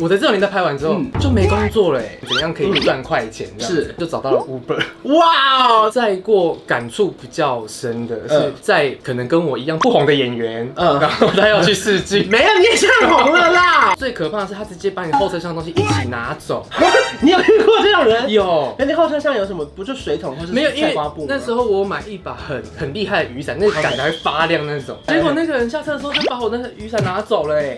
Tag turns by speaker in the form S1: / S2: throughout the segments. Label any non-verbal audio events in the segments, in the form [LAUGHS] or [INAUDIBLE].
S1: 我的这名在拍完之后、就没工作了、哎，怎么样可以赚快钱？这样子
S2: 是
S1: 就找到 [LAUGHS] 了 Uber。哇哦！再过感触比较深的是
S2: 嗯，
S1: 在可能跟我一样不红的演员，
S2: 嗯
S1: 然后他要去试 [LAUGHS] 镜，！
S2: 没哎有，你也现在红了啦 [LAUGHS]
S1: 最可怕的是他直接把你后车厢的东西一起拿 [LAUGHS] 走。
S2: 你有遇过这种人？。哎
S1: 有，
S2: 那你后车厢有什么？不就水桶或是
S1: 没有，因
S2: 菜
S1: 为
S2: 瓜布吗？
S1: 那时候我买一把很很厉害的雨伞，那个杆子还会发亮那种。结果那个人下车的时候就把我那个雨伞拿走了，哎。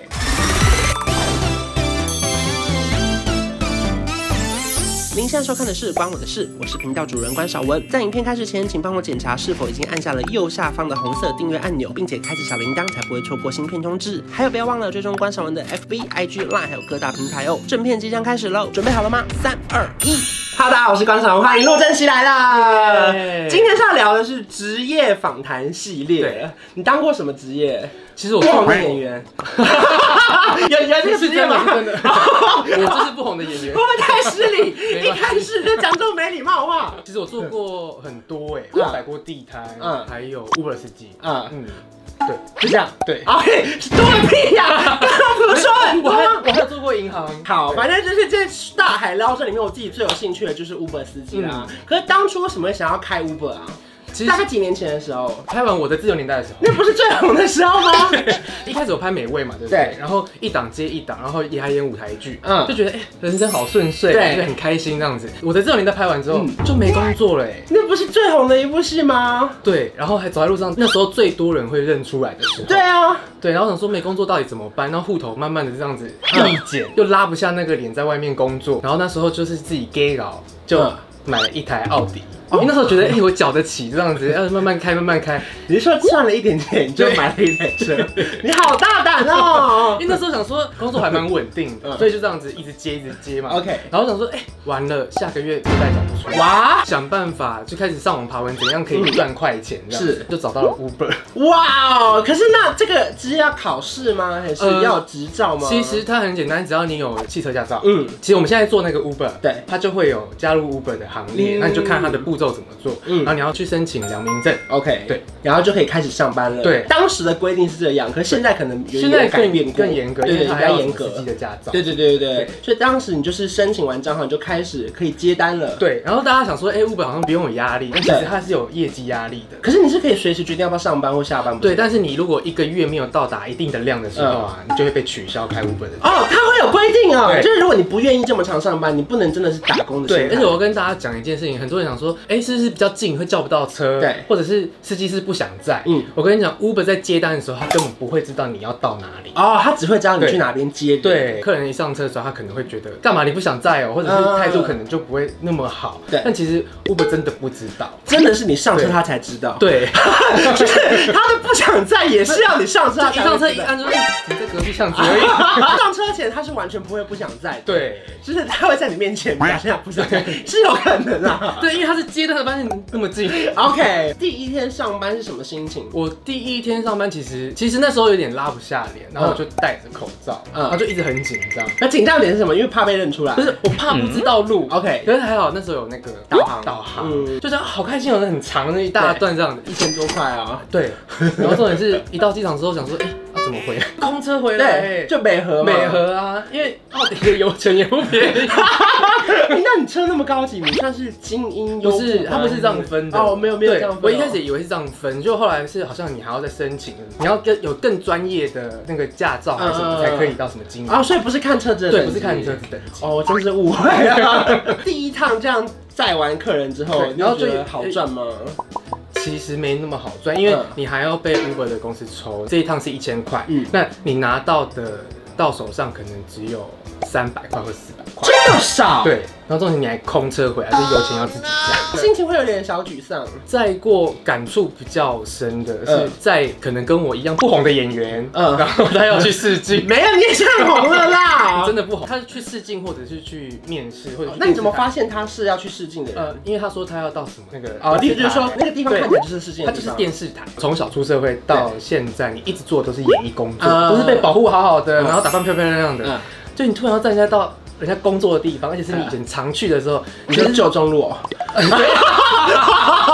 S2: 您现在收看的是《关我的事》，我是频道主人关少文。在影片开始前，请帮我检查是否已经按下了右下方的红色订阅按钮，并且开启小铃铛，才不会错过新片通知。还有，不要忘了追踪关少文的 FB、IG、Line，还有各大平台哦。正片即将开始喽，准备好了吗？三、二、一。哈，大家好，我是关少文，欢迎陆正熙来啦
S1: 耶
S2: 今天是要聊的是职业访谈系
S1: 对
S2: 列。你当过什么职业？
S1: 其实我
S2: 不
S1: 是
S2: 红
S1: 红
S2: 的
S1: 演 [LAUGHS]
S2: 演
S1: 员，
S2: 员。 [LAUGHS] 有有这个
S1: 是
S2: 职业
S1: 真的 [LAUGHS]
S2: 吗？
S1: 是真的，我就是不红的演员
S2: 我。们太失 [LAUGHS] 礼，
S1: 没
S2: 一
S1: 关系
S2: 开始就讲这种没礼貌话。
S1: 其实我做过很多哎，我摆过地摊，
S2: 嗯
S1: 还有 Uber 司机，
S2: 嗯，
S1: 嗯，
S2: 就这样。
S1: 对。
S2: 啊嘿，多个屁呀！刚刚不是说很
S1: 我
S2: 多
S1: 还
S2: 吗？
S1: 我还有做过银行，
S2: 好，
S1: 对
S2: 反正就是这大海捞针里面，我自己最有兴趣的就是 Uber 司机啦。可是当初为什么会想要开 Uber 啊？
S1: 其实
S2: 大概几年前的时候，
S1: 拍完我的自由年代的时候。
S2: 那不是最红的时候 [LAUGHS] 吗？
S1: 一开始我拍美味嘛，对不对？
S2: 对
S1: 然后一档接一档，然后也还演舞台剧，
S2: 嗯
S1: 嗯，就觉得哎、人生好顺遂，
S2: 对
S1: 觉得很开心这样子。我的这种年代拍完之后、
S2: 嗯
S1: 就没工作了、哎，
S2: 那不是最红的一部戏吗？
S1: 对，然后还走在路上，那时候最多人会认出来的时候，
S2: 对啊，
S1: 对，然后想说没工作到底怎么办？然后户头慢慢的这样子
S2: 嗯
S1: 递减，又拉不下那个脸在外面工作，然后那时候就是自己 gay 佬就
S2: 嗯哦
S1: 买了一台奥迪。因为那时候觉得，哎、我缴得起这样子，要慢慢开，慢慢开。
S2: 你是说赚了一点点你就
S1: 对
S2: 买了一台
S1: [LAUGHS]
S2: 车？你好大胆 [LAUGHS] 哦
S1: 因为那时候想说工作还蛮稳定的，
S2: 嗯
S1: 所以就这样子一直接一直接嘛。
S2: ！OK，
S1: 然后想说，哎、完了，下个月负债缴不出，哇，
S2: [LAUGHS] 哇嗯
S1: 想办法就开始上网爬文，怎样可以赚快钱？这样
S2: 是
S1: 就找到了
S2: [LAUGHS]
S1: Uber。
S2: 哇哦！可是那这个职业要考试吗？还是
S1: 呃
S2: 要有执照吗？
S1: 其实它很简单，只要你有汽车驾照，
S2: 嗯
S1: 嗯，其实我们现在做那个 Uber，
S2: 对
S1: 它就会有加入 Uber 的行列，
S2: 嗯
S1: 那你就看它的步骤怎么做，
S2: 嗯
S1: 嗯，然后你要去申请良民证。
S2: OK，
S1: 对，
S2: 然后就可以开始上班了。
S1: 对
S2: 当时的规定是这样，可是现在可能有
S1: 现在
S2: 改
S1: 更
S2: 变过
S1: 更严格，
S2: 对
S1: 因
S2: 对，
S1: 为
S2: 比
S1: 它还要
S2: 较
S1: 有
S2: 严
S1: 司
S2: 格
S1: 机。的驾照。
S2: 对对对对对
S1: 对，
S2: 所以当时你就是申请完账号你就开始可以接单了。，
S1: 对，然后大家想说，哎，Uber 好像不用有压力，但其
S2: 对
S1: 实它是有业绩压力的。
S2: 可是你是可以随时决定要不要上班或下班。不
S1: 对，但是你如果一个月没有到达一定的量的时候
S2: 嗯
S1: 啊，你就会被取消开 Uber 的。
S2: 哦，他会有规定哦，
S1: 对
S2: 就是如果你不愿意这么长上班，你不能真的是打工的心态。
S1: 对，而且我要跟大家讲一件事情，很多人想说，哎、是不是比较近会叫不到车？
S2: 对
S1: 或者是司机是不想载。
S2: 嗯
S1: 嗯，我跟你讲，Uber 在接单的时候，他根本不会知道你要到哪里。
S2: 哦，他只会教你
S1: 对
S2: 去哪边接人。
S1: 对，客人一上车的时候，他可能会觉得干嘛你不想载哦，或者
S2: 嗯
S1: 是态度可能就不会那么好。
S2: 对
S1: 但其实 Uber 真的不知道。
S2: 真的是你上车
S1: 对
S2: 他才知道。，
S1: [LAUGHS] 对，
S2: 就是 [LAUGHS] 他的不想在也是要你上车
S1: 就
S2: 他
S1: 一啊上车
S2: 才会知
S1: 一
S2: 道。
S1: 按就说，哎你在隔壁巷子 [LAUGHS] 而已。
S2: [LAUGHS] 上车前他是完全不会不想在的。
S1: 对。
S2: 就是他会在你面前表现得不是
S1: [LAUGHS]
S2: 很好是有可能啊。
S1: 对，因为他是接单，发现你那么近。
S2: OK，第一天上班是什么心情？
S1: 我第一天上班，其实其实那时候有点拉不下脸，然后我就戴着口罩，
S2: 嗯
S1: 然后就一直很紧张。
S2: 那紧张点是什么？因为怕被认出来
S1: 不。是我怕不知道路、
S2: OK
S1: 可是还好那时候有那个
S2: 导航
S1: 嗯导航，
S2: 嗯
S1: 就这样好开心哦，那很长那一大段这样的。
S2: 一千多块啊，
S1: 对， [LAUGHS] 然后重点是一到机场之后想说，哎、啊怎么回？ [LAUGHS] 公车回
S2: 对，
S1: 来、哎就
S2: 就北河嘛。
S1: 美。和啊，因为奥迪的油钱也不便 [LAUGHS] 宜。
S2: 那你车那么高级，你算是精英优
S1: 不
S2: 步吗？
S1: 是，它不是这样分的
S2: 哦，没有没有这样分。
S1: 我一开始也以为是这样分，就后来是好像你还要再申请，你要更有更专业的那个驾照还是什
S2: 嗯嗯嗯
S1: 么才可以到什么金额。
S2: 啊，所以不是看车子的
S1: 对，
S2: 等
S1: 不
S2: 级
S1: 是看你车子等级。
S2: 哦，真是误会啊。 [LAUGHS] 第一趟这样载完客人之后
S1: 对，
S2: 然
S1: 然
S2: 后
S1: 后就
S2: 觉得好赚吗？
S1: 其实没那么好赚，因为
S2: 嗯
S1: 你还要被 Uber 的公司抽，这一趟是一千块，
S2: 嗯
S1: 那你拿到的到手上可能只有三百块或四百块，
S2: 这么少？，
S1: 对，然后重点你还空车回来，所以油钱要自己赚。
S2: 心情会有点小沮丧。
S1: 再过感触比较深的
S2: 嗯
S1: 是，在可能跟我一样不红的演员，呃
S2: 嗯
S1: 然后他要去试镜，。
S2: 没有，你也现在红了啦
S1: [LAUGHS] 真的不红，他是去试镜或者是去面试或者去
S2: 哦那你怎么
S1: 电视台
S2: 发？现他是要去试镜的人？
S1: 呃，因为他说他要到什么那个
S2: 哦，例如就是说
S1: 电视台
S2: 那个地方看起来就是试镜
S1: 它
S2: 的
S1: 就
S2: 地
S1: 是
S2: 方，
S1: 电视台，从小出社会到现在，你一直做的都是演艺工作，
S2: 嗯
S1: 都是被保护好好的，
S2: 嗯
S1: 然后打扮漂漂亮亮
S2: 嗯
S1: 的。就你突然要站在到人家工作的地方，而且是你以前常去的时候，
S2: 你说旧中路哦，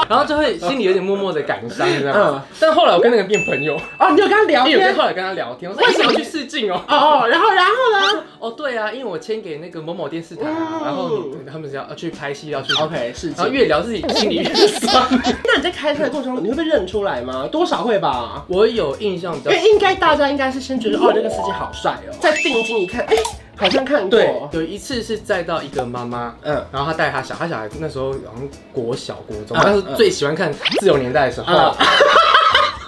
S1: 然后就会心里有点默默的感伤，这
S2: 嗯
S1: 样。但后来我跟那个人变朋友，
S2: 哦，你有跟他聊
S1: 因为我
S2: 天
S1: 跟后来跟他聊天，我说
S2: 为
S1: 为
S2: 什
S1: 什
S2: 么
S1: 么去试镜哦？ [LAUGHS]
S2: 哦哦，然后然后呢
S1: 哦，对啊，因为我签给那个某某电视台
S2: 嗯
S1: 啊，然后你他们是要要去拍戏，要去
S2: ？OK，是
S1: 然后哦越聊自己心里越酸。
S2: [LAUGHS] 那你在开车的过程中，你会被认出来吗？多少会吧，
S1: 我有印象比
S2: 因
S1: 较
S2: 为应该大家应该是先觉得哦，这个司机好帅哦，再定睛一看，哎，好像看过，
S1: 对，有一次是载到一个妈妈，
S2: 嗯，
S1: 然后她带她小，她小孩那时候好像国小、国中，
S2: 嗯
S1: 但是最喜欢看《自由年代》的时候
S2: 嗯，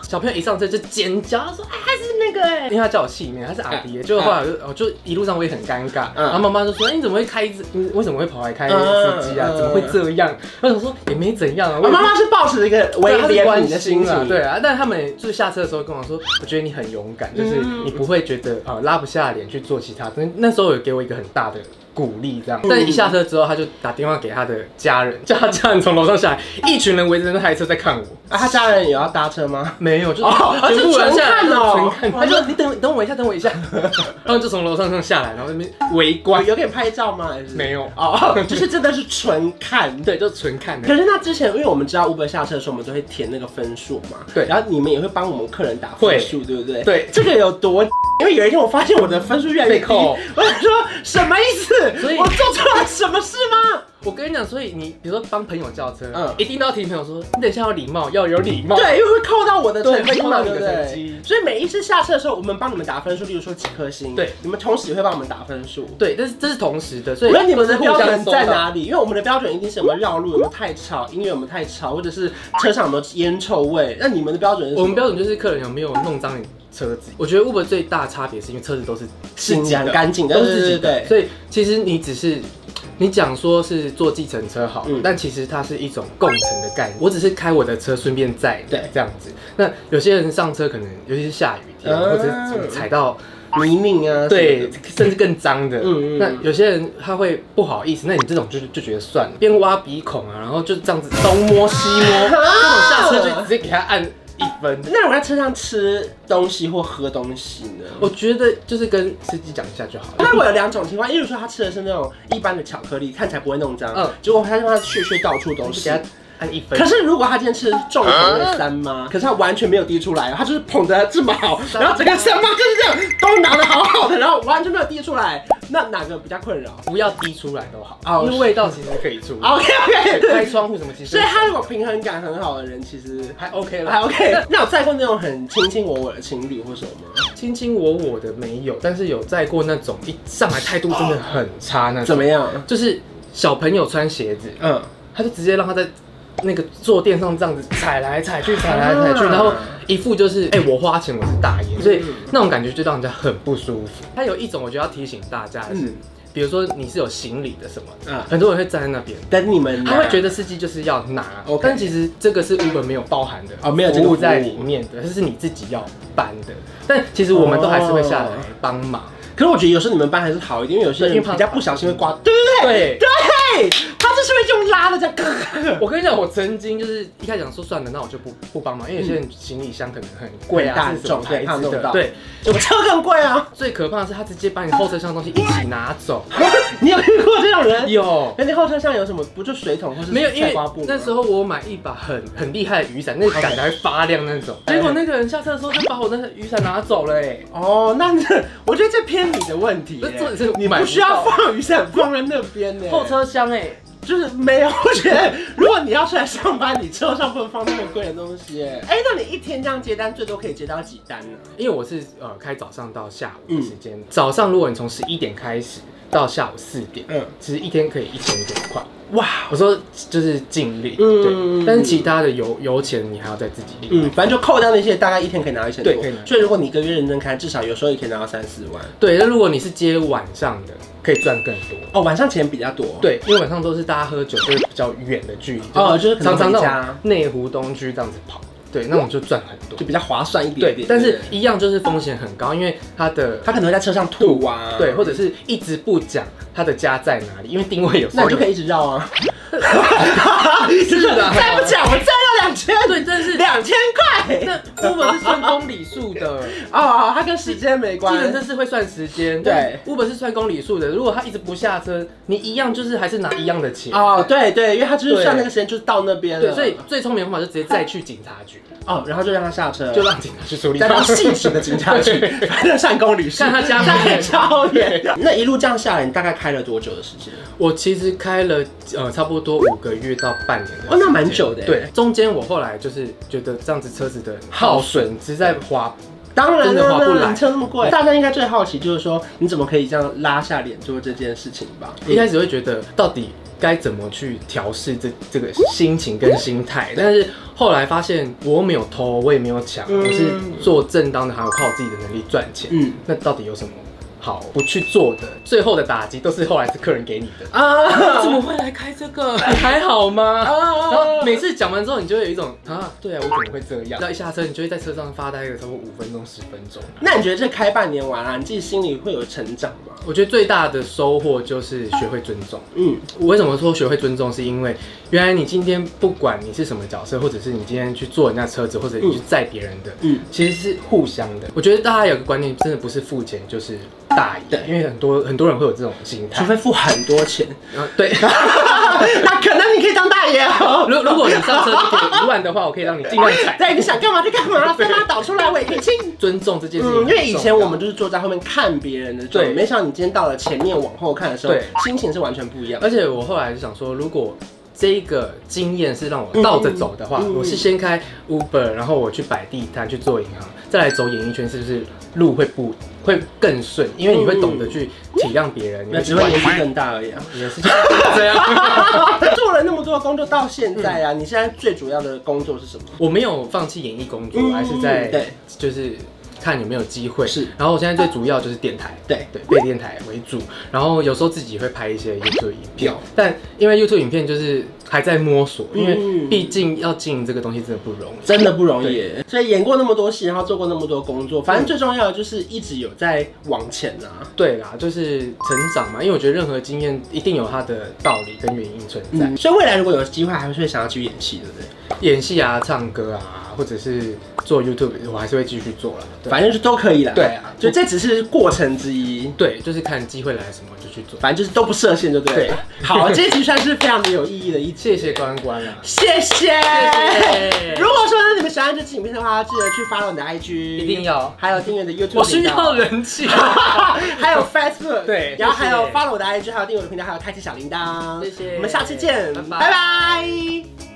S1: 小朋友一上车就尖叫，她说啊，她是那个哎， [LAUGHS] 因为她叫我戏名，她是阿迪耶，结果后来我就我就一路上我也很尴尬，
S2: 嗯
S1: 然后妈妈就说哎你怎么会开这，你为什么会跑来开
S2: 嗯
S1: 司机啊
S2: 嗯？
S1: 怎么会这样？我想说也没怎样啊，
S2: 我
S1: 我也
S2: 哦妈妈是抱持一个
S1: 对
S2: 微
S1: 他是
S2: 怜
S1: 关
S2: 悯的心
S1: 啊
S2: 情，
S1: 对，啊，但他们就是下车的时候跟我说，我觉得你很勇敢，就是
S2: 嗯
S1: 你不会觉得啊、呃拉不下脸去做其他，那那时候有给我一个很大的。鼓励这样，
S2: 嗯
S1: 但一下车之后，他就打电话给他的家人，叫他家人从楼上下来，一群人围着那台车在看我，
S2: 啊，他家人也要搭车吗？
S1: 没啊有，就是
S2: 哦
S1: 全部人下来
S2: 全看哦
S1: 全看，他就你等等我一下，等我一 [LAUGHS] 下，然后就从楼上上下来，然后那边围观，
S2: 有给你拍照吗？还是
S1: 没有，
S2: 哦，就是真的是纯看。
S1: 对，就纯看的，
S2: 可是那之前，因为我们知道 Uber 下车的时候，我们都会填那个分数嘛。
S1: 对
S2: 然后你们也会帮我们客人打分数，对不对？
S1: 对
S2: 这个有多？ [LAUGHS] 因为有一天我发现我的分数越来越低，
S1: 被扣
S2: 我想说什么意思？
S1: 所以
S2: 我做错了什么事吗？
S1: 我跟你讲，所以你比如说帮朋友叫车，
S2: 嗯
S1: 一定都要提朋友说，你等一下要礼貌，要有礼貌，
S2: 对，因为会扣到我的成
S1: 对
S2: 绩嘛，
S1: 扣到你
S2: 对
S1: 的
S2: 不对
S1: 成绩
S2: 所以每一次下车的时候，我们帮你们打分数，例如说几颗星，
S1: 对，
S2: 你们同时也会帮我们打分数。
S1: 对，但是这是同时的，所
S2: 我
S1: 以
S2: 觉得你们的
S1: 是互
S2: 标准
S1: 相
S2: 在哪里？因为我们的标准一定是我们绕路有没有太吵，音乐有没有太吵，或者是车上有没有烟臭味。那你们的标准是什么？
S1: 我们标准就是客人有没有弄脏你车子。我觉得 Uber 最大差别是因为车子都是自
S2: 是
S1: 己
S2: 讲
S1: 的，
S2: 干净的，
S1: 都是自己的，
S2: 对对对对
S1: 所以其实你只是。你讲说是坐计程车好，
S2: 嗯
S1: 但其实它是一种共乘的概念。我只是开我的车，顺便载你
S2: 对
S1: 这样子。那有些人上车可能，尤其是下雨天，
S2: 嗯
S1: 或者是什么踩到
S2: 泥泞啊，
S1: 对，，甚至更脏的。
S2: 嗯嗯嗯
S1: 那有些人他会不好意思，那你这种就就觉得算了，边挖鼻孔啊，然后就这样子东摸西摸，这种下车就直接给他按一分。
S2: 那我在车上吃东西或喝东西呢？
S1: 我觉得就是跟司机讲一下就好了。
S2: 那我有两种情况，一种说他吃的是那种一般的巧克力，看起来不会弄脏，
S1: 嗯
S2: 结果他他屑屑到处都
S1: 就是给。他按一分
S2: 可。是如果他今天吃的是重口味三妈，可是他完全没有滴出来，他就是捧得这么好，
S1: 三
S2: 然
S1: 妈
S2: 后整个三妈就是这样都拿的好好的，然后完全没有滴出来，那哪个比较困扰
S1: 不要滴出来都好，
S2: 哦
S1: 因为味道其实可以出。
S2: ？OK
S1: [LAUGHS] 对嗯啊开
S2: OK，
S1: 窗户什么其实
S2: 所以他如果平衡感很好的人，其实
S1: 还 OK
S2: 还
S1: 了，
S2: OK。那有载过那种很卿卿我我的情侣或什么吗？
S1: 卿卿我我的没有，但是有载过那种一上来态度真的很差那
S2: 怎
S1: 种，
S2: 么样？
S1: 就是小朋友穿鞋子，
S2: 嗯，
S1: 他就直接让他在那个坐垫上这样子踩来踩去，踩来踩去，
S2: 啊
S1: 然后一副就是哎、我花钱我是大爷，所以
S2: 嗯
S1: 那种感觉就让人家很不舒服。他有一种我觉得要提醒大家的是，
S2: 嗯
S1: 比如说你是有行李的什么的，
S2: 嗯
S1: 很多人会站在那边。
S2: 等你们拿，
S1: 他会觉得司机就是要拿
S2: OK
S1: 但其实这个是 Uber 没有包含的
S2: 哦没有这个
S1: 服
S2: 服务
S1: 务在里面的，这是你自己要搬的。但其实我们都还是会下来
S2: 哦
S1: 帮忙。
S2: 可是我觉得有时候你们班还是好一点，因为有些人比较不小心会刮，对不
S1: 对，
S2: 对？对，他就是会用拉的这样 [LAUGHS] 咯咯咯咯。
S1: 我跟你讲，我曾经就是一开始想说算了，那我就不不帮忙，因为有些
S2: 嗯
S1: 人行李箱可能很贵
S2: 很大
S1: 啊，是什么
S2: 重对
S1: 牌
S2: 怕
S1: 子
S2: 弄
S1: 的。
S2: 到
S1: 对，
S2: 我车更贵啊！
S1: 最可怕的是他直接把你后车厢的东西一起拿走。
S2: [LAUGHS] 你有遇过这种人？
S1: 有
S2: 那你后车上有什么？不就水桶或
S1: [LAUGHS]
S2: 是
S1: 没有？因
S2: 哎菜
S1: 为
S2: 瓜布吗？
S1: 那时候我买一把很很厉害的雨伞，那个杆子还会发亮那种。
S2: OK
S1: 结果那个人下车的时候就把我那个雨伞拿走了，哎，
S2: 哦，那这我觉得这偏你的问题
S1: 不
S2: 耶
S1: 是重点是
S2: 你
S1: 买
S2: 不
S1: 不
S2: 需要
S1: 到
S2: 放雨伞放在那边呢。
S1: 后车厢哎。
S2: 欸就是没有，我觉得如果你要出来上班，你车上不能放那么贵的东西耶。哎，那你一天这样接单，最多可以接到几单呢？
S1: 因为我是呃开早上到下
S2: 嗯
S1: 午的时间，早上如果你从十一点开始到下午四点，
S2: 嗯
S1: 嗯，其实一天可以一千多块。
S2: 哇，
S1: 我说就是尽力，
S2: 嗯
S1: 对，但是其他的油油钱你还要再自己另外
S2: 嗯，反正就扣掉那些，大概一天可以拿到一千多。
S1: 对可以拿
S2: 所以如果你一个月认真开，至少有时候也可以拿到三四万。
S1: 对，那如果你是接晚上的，可以赚更多。
S2: 哦，晚上钱比较多。
S1: 对，因为晚上都是大家喝酒，就是比较远的距离，
S2: 哦就是可能
S1: 常常
S2: 回
S1: 那
S2: 家
S1: 种内湖东区这样子跑，对，那种就赚很多
S2: 就。比较划算一点
S1: 对
S2: 点。，
S1: 但
S2: 对
S1: 是
S2: 不对
S1: 一样就是风险很高，因为它的
S2: 他可能会在车上吐啊，
S1: 对，或者是一直不讲它的家在哪里，因为定位有时
S2: 那
S1: 候
S2: 你就可
S1: 以
S2: 以一直绕啊。
S1: [LAUGHS] 是的
S2: [LAUGHS] 再不讲，我再两千，
S1: 对，但是
S2: 两千块。
S1: 那 Uber 是算公里数
S2: [LAUGHS]
S1: 的，
S2: 哦，它跟时间没
S1: 计
S2: 关
S1: 程车是会算时间，
S2: 对
S1: ，Uber 是算公里数的。如果他一直不下车，你一样就是还是拿一样的钱。
S2: 哦，对对，因为它就是
S1: 对
S2: 算那个时间，就是到那边
S1: 对，
S2: 了。
S1: 所以最聪明的方法就直接再去警察局，
S2: 哦，然后就让他下车，
S1: 就让警察去处理。
S2: [LAUGHS] 再到细致的警察 [LAUGHS] 局，反正上公里数，
S1: 看他家门
S2: 太超 [LAUGHS] 远。那一路这样下来，你大概开了多久的时间？
S1: [LAUGHS] 我其实开了呃差不多五个月到半年的时间，
S2: 哦那蛮久的耶
S1: 对，中间我后来就是觉得这样子车子的耗损实在划，
S2: 当然
S1: 真的划不来
S2: 你车那么贵，大家应该最好奇就是说，你怎么可以这样拉下脸做这件事情吧？
S1: 一开始会觉得到底该怎么去调试这这个心情跟心态，但是后来发现我没有偷，我也没有抢，
S2: 嗯
S1: 我是做正当的行业，我靠我自己的能力赚钱。
S2: [LAUGHS] 嗯
S1: 那到底有什么好不去做的？最后的打击都是后来是客人给你的。
S2: 啊
S1: 怎么会来开这个？
S2: [LAUGHS]
S1: 你还好吗？然
S2: 哦
S1: 后每次讲完之后，你就会有一种啊，对啊，我怎么会这样？然后一下车，你就会在车上发呆个差不多五分钟、十分钟。
S2: 那你觉得这开半年完啊，你自己心里会有成长吗？
S1: 我觉得最大的收获就是学会尊重。
S2: 嗯，
S1: 我为什么说学会尊重？是因为原来你今天不管你是什么角色，或者是你今天去坐人家车子，或者你去载别人的，
S2: 嗯
S1: 嗯，其实是互相的。我觉得大家有个观念，真的不是付钱就是大
S2: 对
S1: 爷，因为很多很多人会有这种心
S2: 除
S1: 态。
S2: 非付很多钱，
S1: 然后对，
S2: [LAUGHS]
S1: [LAUGHS]
S2: 那可能你可以当大爷哦。 [LAUGHS]
S1: 如如果你上车就给我一万的话，我可以让你尽量踩。
S2: 对，你想干嘛就干 [LAUGHS] 嘛，三八倒出来我也可以亲。
S1: 尊重这件事情很
S2: 嗯，因
S1: 重要，
S2: 为以前我们就是坐在后面看别人的状态，
S1: 对
S2: 没想到你今天到了前面往后看的时候
S1: 对，
S2: 心情是完全不一样的。
S1: 而且我后来就想说，如果这个经验是让我倒着走的话，
S2: 嗯嗯
S1: 我是先开 Uber，然后我去摆地摊，去做银行，再来走演艺圈，是不是路会不会更顺？因为你会懂得去体谅别人，你
S2: 那
S1: 会
S2: 只
S1: 去啊
S2: 会
S1: 管
S2: 年纪更大而已 [LAUGHS] 啊！
S1: 你的 [LAUGHS] 事情就是这样。
S2: 做了那么多的工作到现在啊，你现在最主要的工作是什么？
S1: 我没有放弃演艺工作，
S2: 嗯
S1: 我还是在
S2: 对
S1: 就是看有没有机会。
S2: 是啊
S1: 然后我现在最主要就是电台。
S2: 对，
S1: 对，被电台为主，然后有时候自己会拍一些 YouTube 影片，但因为 YouTube 影片就是还在摸索，因为
S2: 嗯
S1: 毕竟要经营这个东西真的不容易。
S2: 真的不容易耶。嗯所以演过那么多戏，然后做过那么多工作，反正最重要的就是一直有在往前啊。
S1: 对啦，就是成长嘛，因为我觉得任何经验一定有它的道理跟原因存在。
S2: 嗯，所以未来如果有机会，还是会想要去演戏，对不对？
S1: 演戏啊、唱歌啊，或者是做 YouTube，我还是会继续做啦。对
S2: 反正就都可以啦。
S1: 对啊
S2: 就这只是过程之一。
S1: 对，就是看机会来什么就去做。
S2: 反正就是都不设限就对了。好，这一集算是非常的有意义的一集，
S1: 谢谢关关啊啦、
S2: 谢谢。
S1: 谢
S2: 如果说呢你们喜欢这支影片的话，记得去 follow 你的 IG，
S1: 一定要
S2: 还有订阅你的 YouTube，
S1: 我需
S2: 频
S1: 要。
S2: 道
S1: 人气。啊
S2: 还
S1: [LAUGHS]
S2: 有 Facebook，
S1: 对
S2: 然后还有
S1: 谢谢
S2: follow 我的 IG，还有订阅我的频道，还有开启小铃铛，
S1: 谢谢
S2: 我们下次见，
S1: 拜拜
S2: 拜拜